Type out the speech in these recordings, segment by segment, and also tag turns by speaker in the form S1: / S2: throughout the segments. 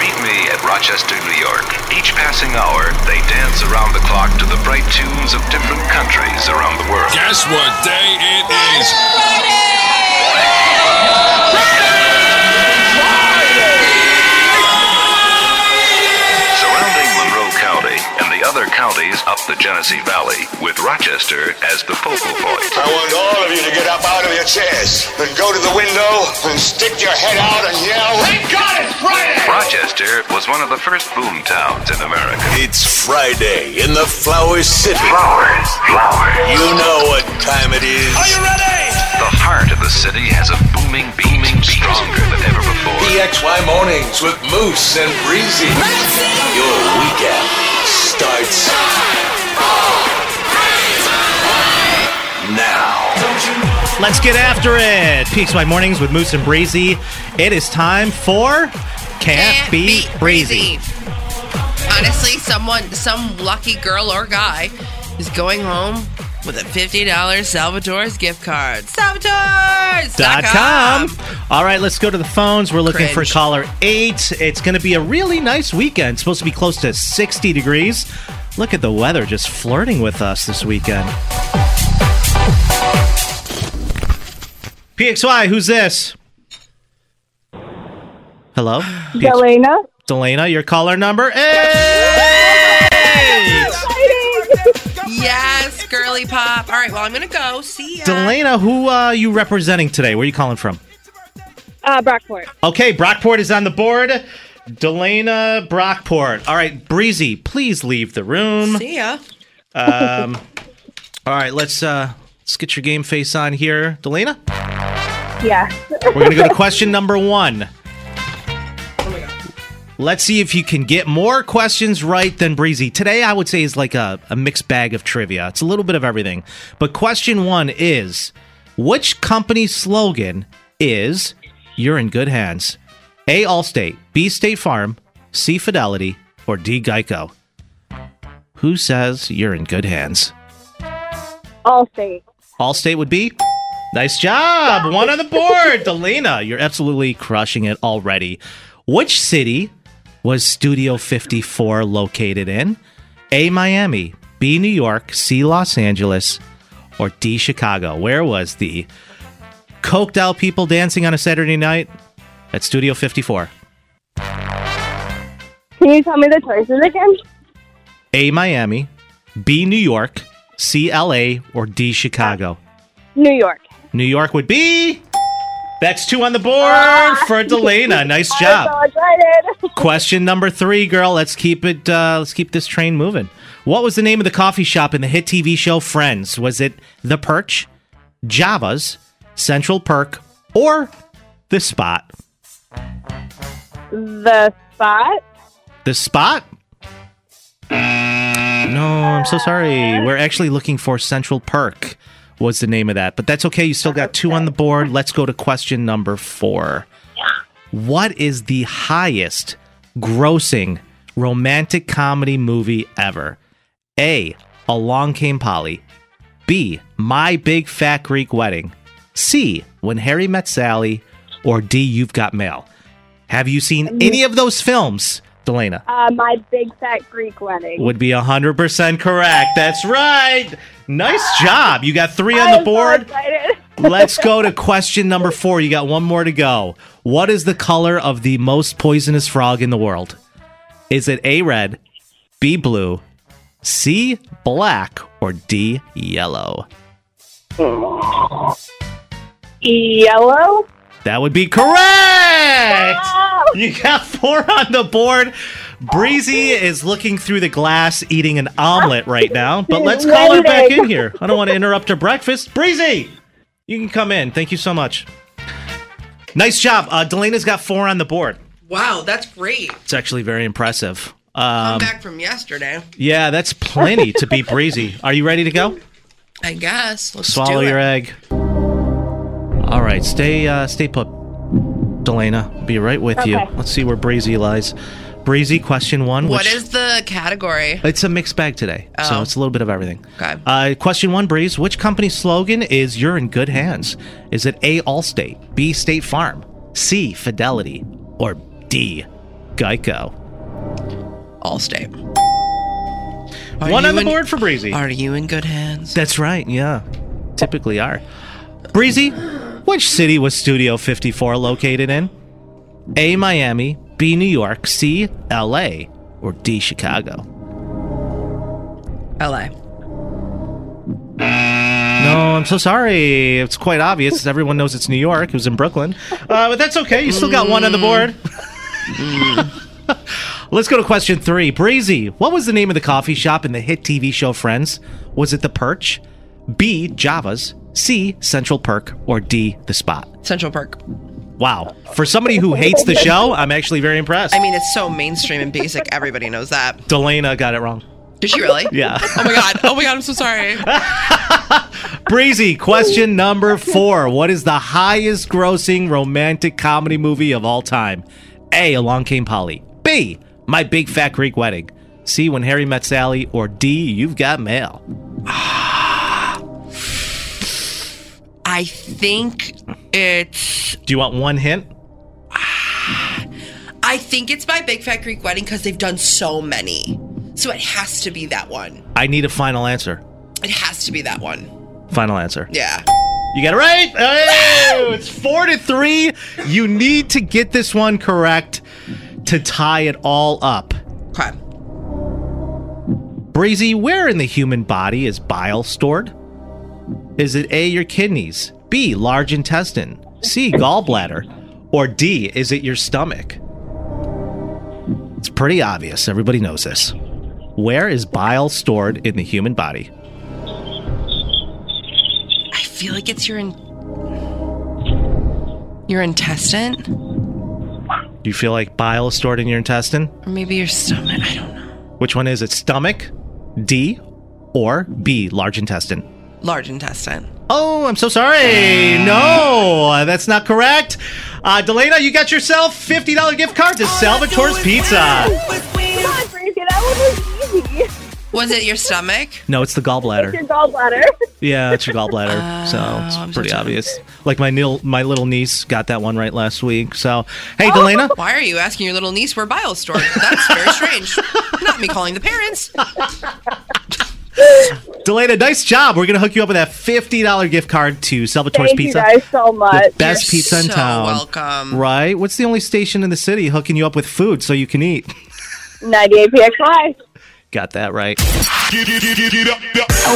S1: Meet me at Rochester, New York. Each passing hour, they dance around the clock to the bright tunes of different countries around the world.
S2: Guess what day it is?
S1: Surrounding Monroe County and the other counties up the Genesee Valley, with Rochester as the focal point.
S3: I want all of you to get up out of your chairs and go to the window and stick your head out and yell, Thank God it's Friday!
S1: Rochester was one of the first boom towns in America.
S4: It's Friday in the Flower City.
S1: Flowers, flowers.
S4: You know what time it is.
S3: Are you ready?
S1: The heart of the city has a booming, beaming, stronger than ever before.
S4: BXY Mornings with Moose and Breezy. Your weekend starts now.
S5: Let's get after it. Peaks by Mornings with Moose and Breezy. It is time for Can't, Be Breezy.
S6: Honestly, someone, some lucky girl or guy is going home with a $50 Salvador's gift card. Salvador's!
S5: Dot com. All right, let's go to the phones. We're looking
S6: Cringe.
S5: for caller eight. It's going to be a really nice weekend. It's supposed to be close to 60 degrees. Look at the weather just flirting with us this weekend. PXY, who's this? Hello? PX-
S7: Elena.
S5: Delana, your caller number eight.
S6: Yes, girly pop. All right, well, I'm going to go. See ya.
S5: Delana, who uh, are you representing today? Where are you calling from?
S7: Uh, Brockport.
S5: Okay, Brockport is on the board. Delana Brockport. All right, Breezy, please leave the room.
S6: See ya.
S5: All right, let's uh let's get your game face on here, Delana.
S7: Yeah.
S5: We're gonna go to question number one. Let's see if you can get more questions right than Breezy. Today, I would say, is like a, a mixed bag of trivia. It's a little bit of everything. But question one is Which company's slogan is You're in good hands? A. Allstate, B. State Farm, C. Fidelity, or D. Geico? Who says you're in good hands?
S7: All state.
S5: Allstate would be. Nice job. One on the board. Delena, you're absolutely crushing it already. Which city was Studio 54 located in? A. Miami, B. New York, C. Los Angeles, or D. Chicago? Where was the coked out people dancing on a Saturday night at Studio 54?
S7: Can you tell me the choices again?
S5: A. Miami, B. New York, C. LA, or D. Chicago?
S7: New York.
S5: New York would be. That's two on the board for Delana. Nice job.
S7: I'm so excited.
S5: Question number three, girl. Let's keep it. Uh, let's keep this train moving. What was the name of the coffee shop in the hit TV show Friends? Was it The Perch, Java's, Central Perk, or The Spot?
S7: The spot.
S5: The Spot. No, I'm so sorry. We're actually looking for Central Perk. Was the name of that, but that's okay. You still got two on the board. Let's go to question number four. What is the highest grossing romantic comedy movie ever? A. Along Came Polly. B. My Big Fat Greek Wedding. C. When Harry Met Sally. Or D. You've Got Mail. Have you seen any of those films, Delana?
S7: Uh, my big fat Greek wedding.
S5: Would be
S7: Ah.
S5: 100% correct. That's right. Nice job. You got three on
S7: I'm
S5: the board.
S7: So excited.
S5: Let's go to question number four. You got one more to go. What is the color of the most poisonous frog in the world? Is it A red, B blue, C black, or D yellow?
S7: Yellow.
S5: That would be correct. You got four on the board. Breezy is looking through the glass eating an omelet right now, but let's call her back in here. I don't want to interrupt her breakfast. Breezy, you can come in. Thank you so much. Nice job. Uh, Delana's got four on the board.
S6: Wow, that's great.
S5: It's actually very impressive.
S6: I'm
S5: Um,
S6: back from yesterday.
S5: yeah, that's plenty to beat Breezy. Are you ready to go?
S6: I guess. Let's
S5: Swallow
S6: do
S5: your
S6: it.
S5: egg. All right, stay uh, stay put, Delana. Be right with you.
S6: Okay.
S5: Let's see where Breezy lies. Breezy, question one.
S6: What
S5: which-
S6: is the category?
S5: It's a mixed bag today, so
S6: Oh.
S5: it's a little bit of everything. Okay. Uh, question one, Breeze. Which company's slogan is "You're in good hands"? Is it A. Allstate, B. State Farm, C. Fidelity, or D. Geico?
S6: Allstate. Are
S5: One
S6: you
S5: on the
S6: in-
S5: board for Breezy.
S6: Are you in good hands?
S5: That's right. Yeah, typically are. Breezy, which city was Studio 54 located in? A. Miami, B. New York, C. L.A., or D. Chicago?
S6: LA.
S5: No, I'm so sorry. It's quite obvious. Everyone knows it's New York. It was in Brooklyn. Uh, but that's okay. You still got one on the board. Let's go to question three. Breezy, what was the name of the coffee shop in the hit TV show Friends? Was it The Perch, B, Java's, C, Central Perk, or D, The Spot?
S6: Central Park.
S5: Wow. For somebody who hates the show, I'm actually very impressed.
S6: I mean, it's so mainstream and basic. Everybody knows that.
S5: Delana got it wrong.
S6: Did she really?
S5: Yeah.
S6: Oh my god. Oh my god. I'm so sorry.
S5: Breezy, question number four. What is the highest grossing romantic comedy movie of all time? A. Along Came Polly. B. My Big Fat Greek Wedding. C. When Harry Met Sally. Or D. You've Got Mail.
S6: I think it's.
S5: Do you want one hint?
S6: I think it's my Big Fat Greek Wedding because they've done so many. So it has to be that one.
S5: I need a final answer.
S6: It has to be that one.
S5: Final answer.
S6: Yeah.
S5: You got it right. Hey, it's four to three. You need to get this one correct to tie it all up.
S6: Okay.
S5: Breezy, where in the human body is bile stored? Is it A, your kidneys, B, large intestine, C, gallbladder, or D, is it your stomach? It's pretty obvious. Everybody knows this. Where is bile stored in the human body?
S6: I feel like it's your in- your intestine
S5: Do you feel like bile is stored in your intestine?
S6: or maybe your stomach. I don't know.
S5: Which one is it? Stomach, D, or B, large intestine?
S6: Large intestine.
S5: Oh, I'm so sorry. No, that's not correct. Uh, Delana, you got yourself $50 gift card
S7: Oh,
S5: to Salvatore's Pizza.
S7: Come on, Breezy, that one was easy.
S6: Was it your stomach?
S5: No, it's the
S7: It's your
S5: gallbladder.
S7: gallbladder. Oh,
S5: Yeah, it's your gallbladder. So it's pretty obvious. Like my nil- my little niece got that one right last week. So hey,
S7: Oh.
S5: Delana.
S6: Why are you asking your little niece where bile stored? That's very strange. Not me calling the parents.
S5: Delana, nice job. We're gonna hook you up with that $50 gift card to Salvatore's
S7: Thank you
S5: Pizza.
S7: guys so
S5: The
S7: much.
S5: best pizza in
S6: so
S5: town.
S6: welcome.
S5: Mm-hmm. Right? What's the only station in the city hooking you up with food so you can eat?
S7: 98 PXY.
S5: Got that right.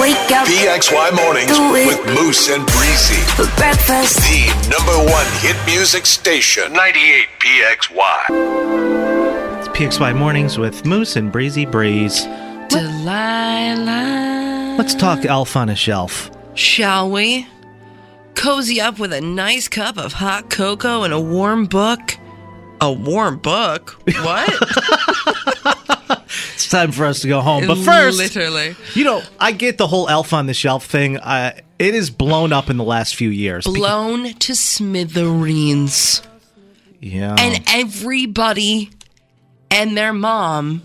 S8: Wake up. PXY Mornings
S9: Do it.
S8: with Moose and Breezy.
S9: For breakfast.
S8: The number one hit music station. 98 PXY.
S5: It's PXY Mornings with Moose and Breezy Breeze.
S6: Delilah.
S5: Let's talk Elf on a Shelf.
S6: Shall we? Cozy up with a nice cup of hot cocoa and a warm book. A warm book? What?
S5: It's time for us to go home. Oh, But first,
S6: Literally.
S5: you know, I get the whole Elf on the Shelf thing. Uh, it is blown up in the last few years. Be-
S6: Blown to smithereens.
S5: yeah.
S6: And everybody and their mom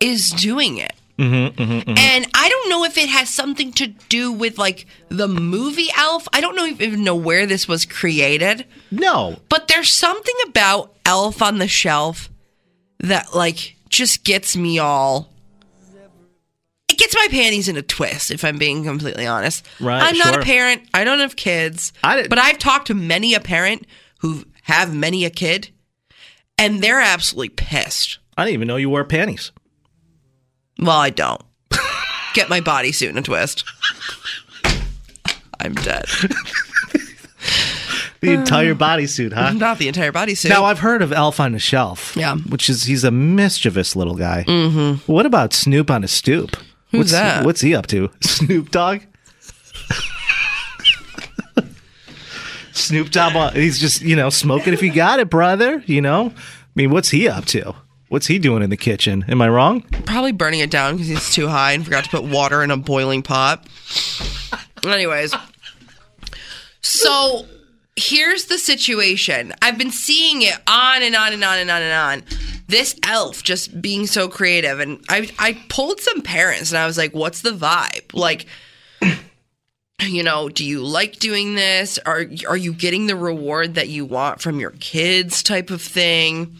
S6: is doing it.
S5: Mhm, mhm, mhm.
S6: And I don't know if it has something to do with like the movie Elf. I don't know if- even know where this was created.
S5: No.
S6: But there's something about Elf on the Shelf that like just gets me all. It gets gets my panties in a twist, if I'm being completely honest.
S5: Right,
S6: I'm not
S5: sure.
S6: a parent. I don't have kids. but I've talked to many a parent who have many a kid, and they're absolutely pissed.
S5: I didn't even know you wore panties.
S6: Well, I don't. Get my bodysuit in a twist. I'm dead.
S5: The entire bodysuit, huh?
S6: Not the entire bodysuit.
S5: Uh, Now I've heard of Elf on a Shelf. Yeah. Which is he's a mischievous little guy. Mm-hmm. What about Snoop on a stoop?
S6: Who's
S5: what's,
S6: that?
S5: What's he up to? Snoop Dogg. Snoop Dogg. uh, He's just you know smoking if he got it, brother. You know. I mean, what's he up to? What's he doing in the kitchen? Am I wrong?
S6: Probably burning it down because it's too high and forgot to put water in a boiling pot. Anyways, so here's the situation. I've been seeing it on and on and on and on and on. This elf just being so creative, and I I pulled some parents and I was like, "What's the vibe? Like, you know, do you like doing this? Are are you getting the reward that you want from your kids? Type of thing."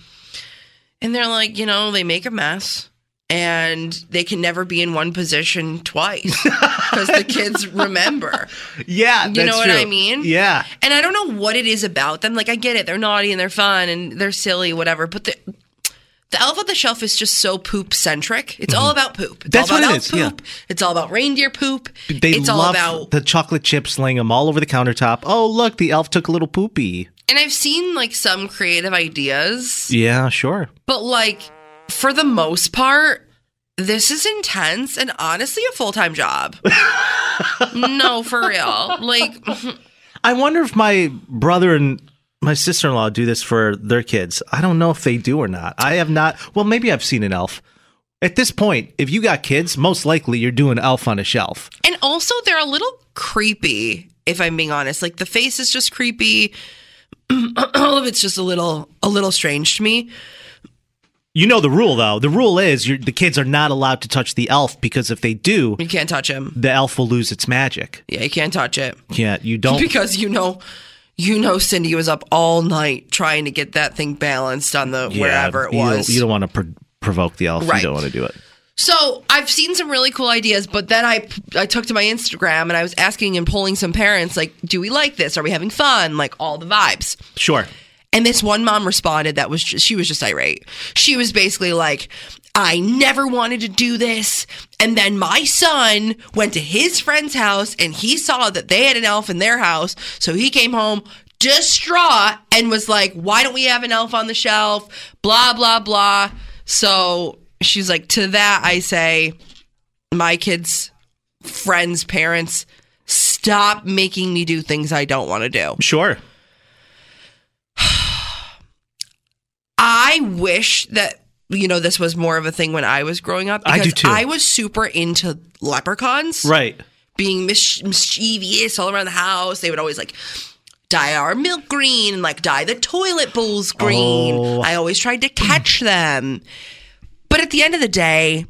S6: And they're like, you know, they make a mess and they can never be in one position twice because the kids remember.
S5: Yeah,
S6: You
S5: that's
S6: know what
S5: true.
S6: I mean?
S5: Yeah.
S6: And I don't know what it is about them. Like, I get it. They're naughty and they're fun and they're silly, whatever. But the. The Elf on the Shelf is just so poop centric. It's all about poop.
S5: Mm-hmm.
S6: It's
S5: That's
S6: all
S5: what
S6: about
S5: it
S6: elf
S5: is, yeah.
S6: Poop. It's all about reindeer poop.
S5: They
S6: it's
S5: love
S6: all about
S5: the chocolate chips, laying them all over the countertop. Oh, look, the elf took a little poopy.
S6: And I've seen like some creative ideas
S5: Yeah, sure.
S6: But like for the most part, this is intense and honestly a full-time job. no, for real. Like
S5: I wonder if my brother and my sister in law do this for their kids. I don't know if they do or not. I have not. Well, maybe I've seen an elf. At this point, if you got kids, most likely you're doing elf on a shelf.
S6: and also they're a little creepy if I'm being honest. Like the face is just creepy. All of it's just a little a little strange to me.
S5: You know the rule, though. The rule is you're, the kids are not allowed to touch the elf because if they do,
S6: You can't touch him.
S5: the elf will lose its magic.
S6: Yeah, you can't touch it.
S5: Yeah, you don't.
S6: Because you know you know Cindy was up all night trying to get that thing balanced on the
S5: Yeah,
S6: wherever it
S5: you don't-
S6: was.
S5: You don't, want to pr- provoke the elf.
S6: Right.
S5: You don't want to do it.
S6: So I've seen some really cool ideas, but then I I took to my Instagram and I was asking and polling some parents like, do we like this? Are we having fun? Like all the vibes.
S5: Sure.
S6: And this one mom responded that was just, she was just irate. She was basically like, I never wanted to do this. And then my son went to his friend's house and he saw that they had an elf in their house. So he came home distraught and was like, why don't we have an elf on the shelf? Blah, blah, blah. So she's like, to that, I say, my kids' friends' parents, stop making me do things I don't want to do.
S5: Sure.
S6: I wish that you know this was more of a thing when I was growing up.
S5: I do too.
S6: I was super into leprechauns,
S5: Right.
S6: Being mis- mischievous all around the house. They would always like dye our milk green and like dye the toilet bowls green.
S9: Oh.
S6: I always tried to catch them, but at the end of the day,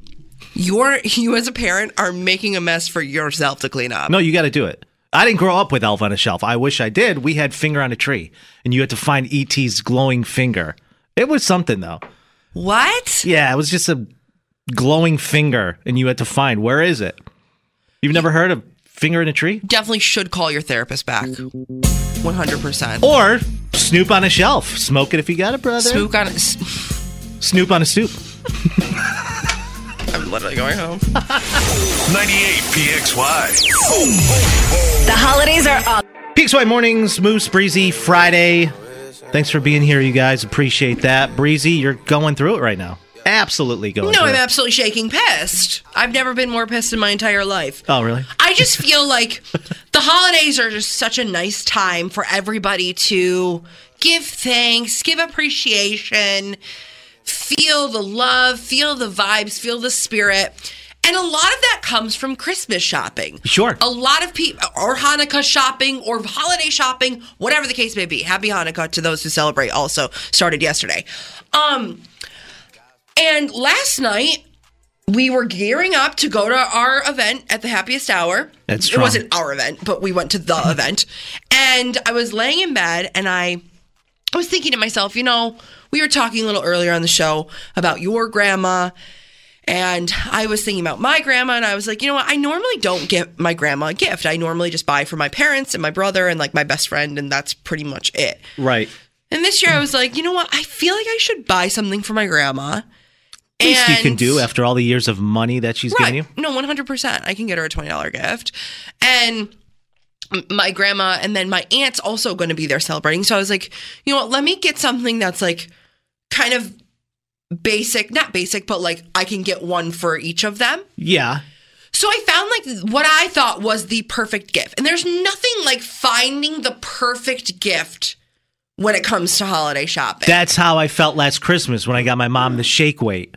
S6: you're you as a parent are making a mess for yourself to clean up.
S5: No, you got to do it. I didn't grow up with Elf on a Shelf. I wish I did. We had Finger on a Tree, and you had to find E.T.'s glowing finger. It was something, though.
S6: What?
S5: Yeah, it was just a glowing finger, and you had to find where is it? You've never heard of Finger in a Tree?
S6: Definitely should call your therapist back. One hundred percent.
S5: Or Snoop on a Shelf. Smoke it if you got it, brother.
S6: Snoop on a,
S5: Snoop on a stoop.
S6: I'm literally going home.
S8: 98PXY.
S10: The holidays are up.
S5: PXY Mornings, Moose Breezy Friday. Thanks for being here, you guys. Appreciate that. Breezy, you're going through it right now. Absolutely going
S6: No,
S5: through
S6: I'm
S5: it.
S6: absolutely shaking pissed. I've never been more pissed in my entire life.
S5: Oh, really?
S6: I just feel like the holidays are just such a nice time for everybody to give thanks, give appreciation, feel the love, feel the vibes, feel the spirit. And a lot of that comes from Christmas shopping.
S5: Sure.
S6: A lot of people, or Hanukkah shopping, or holiday shopping, whatever the case may be. Happy Hanukkah to those who celebrate, also started yesterday. Um, and last night, we were gearing up to go to our event at the happiest hour.
S5: That's
S6: It
S5: strong.
S6: wasn't our event, but we went to the event. And I was laying in bed and I I was thinking to myself, you know, we were talking a little earlier on the show about your grandma And I was thinking about my grandma, and I was like, you know what? I normally don't give my grandma a gift. I normally just buy for my parents and my brother and like my best friend, and that's pretty much it.
S5: Right.
S6: And this year I was like, you know what? I feel like I should buy something for my grandma.
S5: At least you can do after all the years of money that she's
S6: right.
S5: given you.
S6: No, 100%. I can get her a $20 gift. And m- my grandma and then my aunt's also going to be there celebrating. So I was like, you know what? Let me get something that's like kind of basic, not basic, but like I can get one for each of them.
S5: Yeah.
S6: So I found like what I thought was the perfect gift. And there's nothing like finding the perfect gift when it comes to holiday shopping.
S5: That's how I felt last Christmas when I got my mom the shake weight.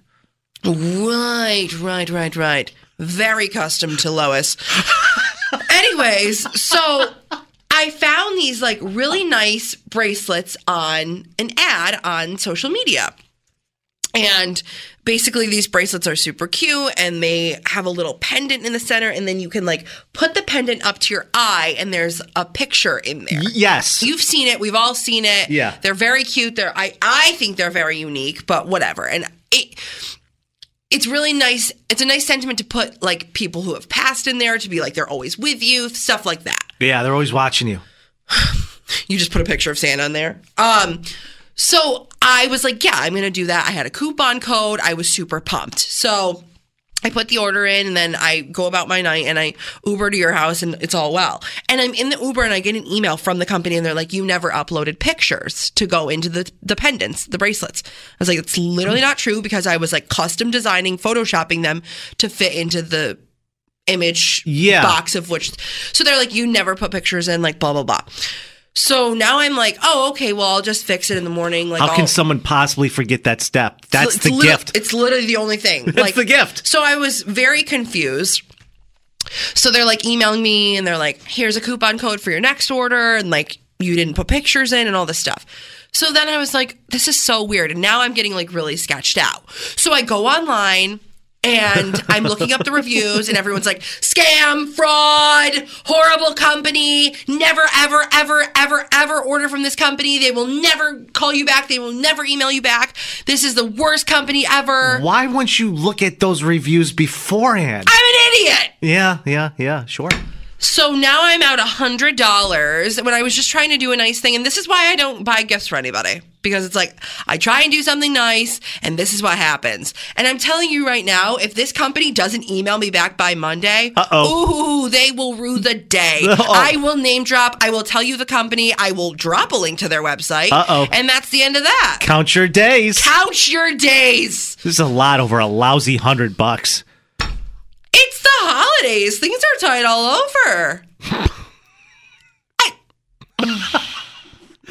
S6: Right, right, right, right. Very custom to Lois. Anyways, so I found these like really nice bracelets on an ad on social media. And basically, these bracelets are super cute and they have a little pendant in the center. And then you can like put the pendant up to your eye, and there's a picture in there.
S5: yes.
S6: You've seen it. We've all seen it.
S5: Yeah.
S6: They're very cute. They're, I, I think they're very unique, but whatever. And it, it's really nice. It's a nice sentiment to put like people who have passed in there to be like, they're always with you, stuff like that.
S5: Yeah, they're always watching you.
S6: You just put a picture of Santa on there. Um, so I was like, yeah, I'm gonna do that. I had a coupon code. I was super pumped. So I put the order in, and then I go about my night, and I Uber to your house, and it's all well. And I'm in the Uber, and I get an email from the company, and they're like, you never uploaded pictures to go into the the pendants, the bracelets. I was like, it's literally not true because I was like custom designing, photoshopping them to fit into the image
S5: Yeah.
S6: box of which. So they're like, you never put pictures in, like blah blah blah. So now I'm like, oh, okay, well, I'll just fix it in the morning. Like,
S5: how can
S6: I'll-
S5: someone possibly forget that step? That's
S6: it's
S5: the
S6: lit-
S5: gift.
S6: It's literally the only thing.
S5: That's the gift.
S6: So I was very confused. So they're like emailing me and they're like, here's a coupon code for your next order. And like, you didn't put pictures in and all this stuff. So then I was like, this is so weird. And now I'm getting like really sketched out. So I go online and I'm looking up the reviews and everyone's like, scam, fraud, horrible company, never, ever, ever, ever, ever order from this company. They will never call you back. They will never email you back. This is the worst company ever.
S5: Why wouldn't you look at those reviews beforehand?
S6: I'm an idiot.
S5: yeah, yeah, yeah, sure.
S6: So now I'm out hundred dollars when I was just trying to do a nice thing, and this is why I don't buy gifts for anybody because it's like I try and do something nice, and this is what happens. And I'm telling you right now, if this company doesn't email me back by Monday,
S9: Uh-oh.
S6: ooh, they will rue the day.
S9: Uh-oh.
S6: I will name drop. I will tell you the company. I will drop a link to their website.
S5: Uh-oh.
S6: and that's the end of that.
S5: Count your days.
S6: Couch your days.
S5: This is a lot over a lousy hundred bucks.
S6: It's the holidays. Things are tied all over. I-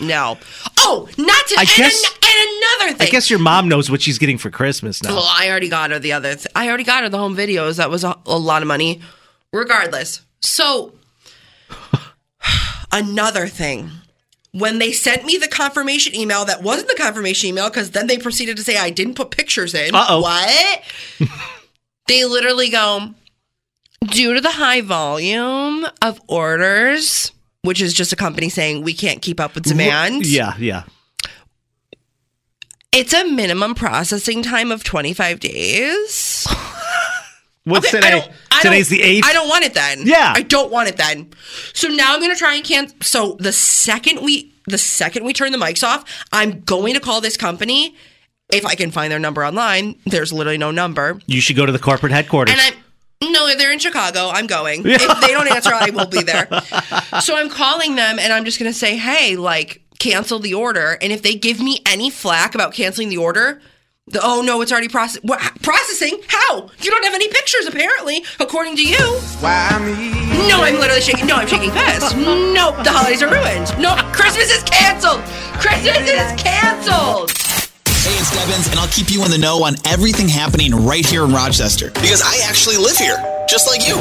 S6: no. Oh, not to.
S5: I
S6: and,
S5: guess-
S6: an- and
S5: I
S6: another thing.
S5: guess your mom knows what she's getting for Christmas now.
S6: Well, I already got her the other. Th- I already got her the home videos. That was a, a lot of money. Regardless. So, another thing. When they sent me the confirmation email, that wasn't the confirmation email because then they proceeded to say I didn't put pictures in.
S9: Uh-oh.
S6: What? they literally go, due to the high volume of orders, which is just a company saying we can't keep up with demand.
S5: Yeah, yeah.
S6: It's a minimum processing time of 25 days.
S5: What's
S6: Okay, I
S5: today?
S6: don't- I don't-
S5: Today's the eighth.
S6: I don't want it then.
S5: Yeah.
S6: I don't want it then. So now I'm going to try and cancel. So the second we the second we turn the mics off, I'm going to call this company if I can find their number online. There's literally no number.
S5: You should go to the corporate headquarters.
S6: And I'm no, they're in Chicago. I'm going. If they don't answer, I will be there. So I'm calling them and I'm just gonna say, hey, like, cancel the order. And if they give me any flack about canceling the order, the, oh no, it's already processing. Processing? How? You don't have any pictures, apparently, according to you. Why me? No, I'm literally shaking. No, I'm shaking piss. Nope, the holidays are ruined. No, Christmas is canceled. Christmas is canceled.
S2: Hey, it's Debbins, and I'll keep you in the know on everything happening right here in Rochester because I actually live here, just like you.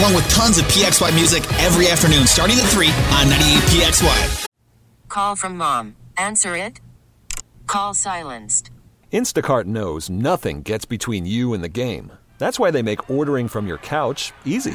S2: Along with tons of PXY music every afternoon, starting at 3 on 98PXY.
S11: Call from mom. Answer it. Call silenced.
S4: Instacart knows nothing gets between you and the game. That's why they make ordering from your couch easy.